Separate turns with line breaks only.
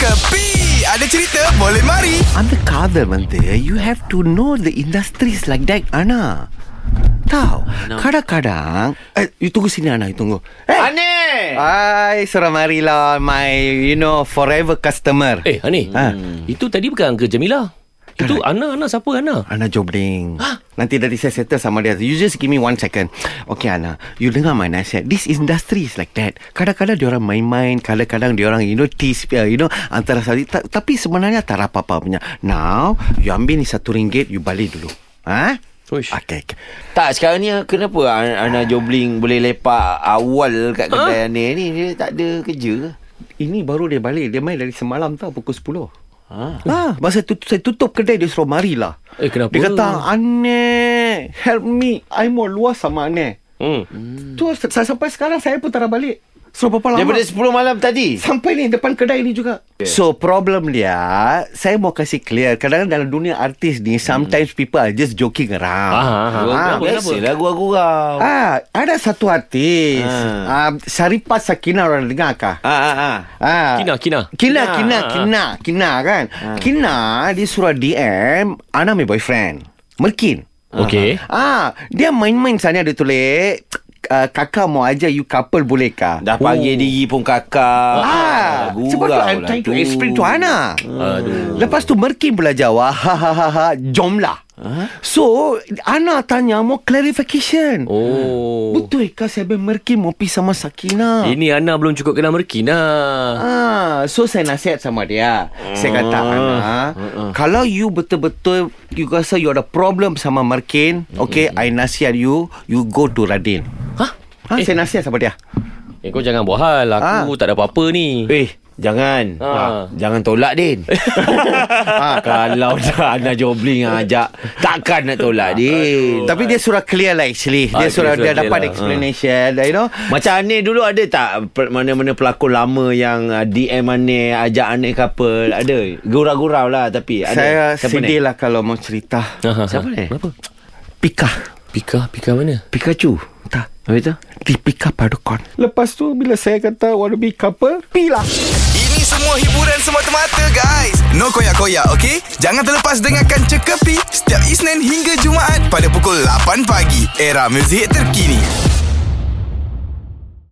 Kepi Ada cerita boleh mari
undercover menteri you have to know the industries like that Ana tahu
No.
kadang-kadang eh, you tunggu sini Ana you tunggu eh
Ani.
Hai Suramarila my you know forever customer
Eh, Ani.
Ha.
Itu tadi bukan Uncle Jamila. Itu Ana, Ana siapa Ana?
Ana Jobling Nanti dari saya settle sama dia You just give me one second Okay Ana You dengar my nasihat This industry is like that Kadang-kadang diorang main-main Kadang-kadang diorang you know tease uh, You know Antara satu ta- Tapi sebenarnya tak ada apa-apa punya Now You ambil ni satu ringgit You balik dulu Ha?
Uish.
Okay, okay.
Tak sekarang ni kenapa An- Ana Jobling boleh lepak awal kat kedai Ani ni dia tak ada kerja ke?
Ini baru dia balik Dia main dari semalam tau Pukul 10
Ha.
Ha, masa tu saya tutup kedai dia suruh marilah.
Eh, kenapa?
Dia kata, Aneh, help me. I mau luar sama Aneh.
Hmm.
Hmm. Tu saya sampai sekarang saya pun tak nak balik. Sudah berapa lama?
Daripada 10 malam tadi.
sampai ni depan kedai ni juga. Okay. So problem dia, saya mau kasih clear. Kadang-kadang dalam dunia artis ni sometimes hmm. people are just joking around.
Ah, ah, ah.
Ah,
Kenapa?
Biasalah gurau-gurau. Ha
Ah, ada satu artis. Ah. Saripah Sakina orang dengar kah?
ha ha.
Ah.
Kina, Kina.
Kina,
Kina,
Kina,
ah.
Kina, Kina kan. Kina dia suruh DM Ana my boyfriend. Merkin.
Okey.
Ha.
Ah, dia main-main sana dia tulis uh, kakak mau aja you couple boleh kah? Oh.
Dah
Oh.
panggil diri pun kakak.
Ah, sebab tu I'm trying to explain to Hana.
Aduh.
Lepas tu Merkin pula jawab, ha ha ha ha, jomlah. So, Ana tanya mau clarification.
Oh.
Betul ke sebab Merkin mau pergi sama
Ha.
Sakina?
Ini Ana belum cukup kenal Merkina.
Ah, so saya nasihat sama dia. Saya kata Ana, kalau you betul-betul you rasa you ada problem sama Merkin, okay, I nasihat you, you go to Radin.
Hah?
Ha, saya nasihat sama dia.
Eh, kau jangan buat hal. Aku tak ada apa-apa ni.
Ha. Eh, jangan.
Ha.
Ha. Jangan tolak, Din. ha, kalau dah Ana Jobling yang ajak, takkan nak tolak, Din.
Tapi dia surah clear lah actually. Dia
Ah, dia
surah
surah
dia
clear
dapat
lah.
explanation, you know.
Macam Aneh dulu ada tak per- mana-mana pelakon lama yang uh, DM Aneh, ajak Aneh couple? Ada? Gurau-gurau lah tapi ada.
Saya
Siapa
sedih
ni?
lah kalau mau cerita.
Ah, ah,
Siapa
ah.
ni?
Kenapa?
Pika.
Pika, Pika mana?
Pikachu.
Tak.
Habis tu?
Di Pika Padukon. Lepas tu bila saya kata wanna be couple, lah. pilah.
Ini semua hiburan semata-mata guys No koyak-koyak ok Jangan terlepas dengarkan Cekapi Setiap Isnin hingga Jumaat Pada pukul 8 pagi Era muzik terkini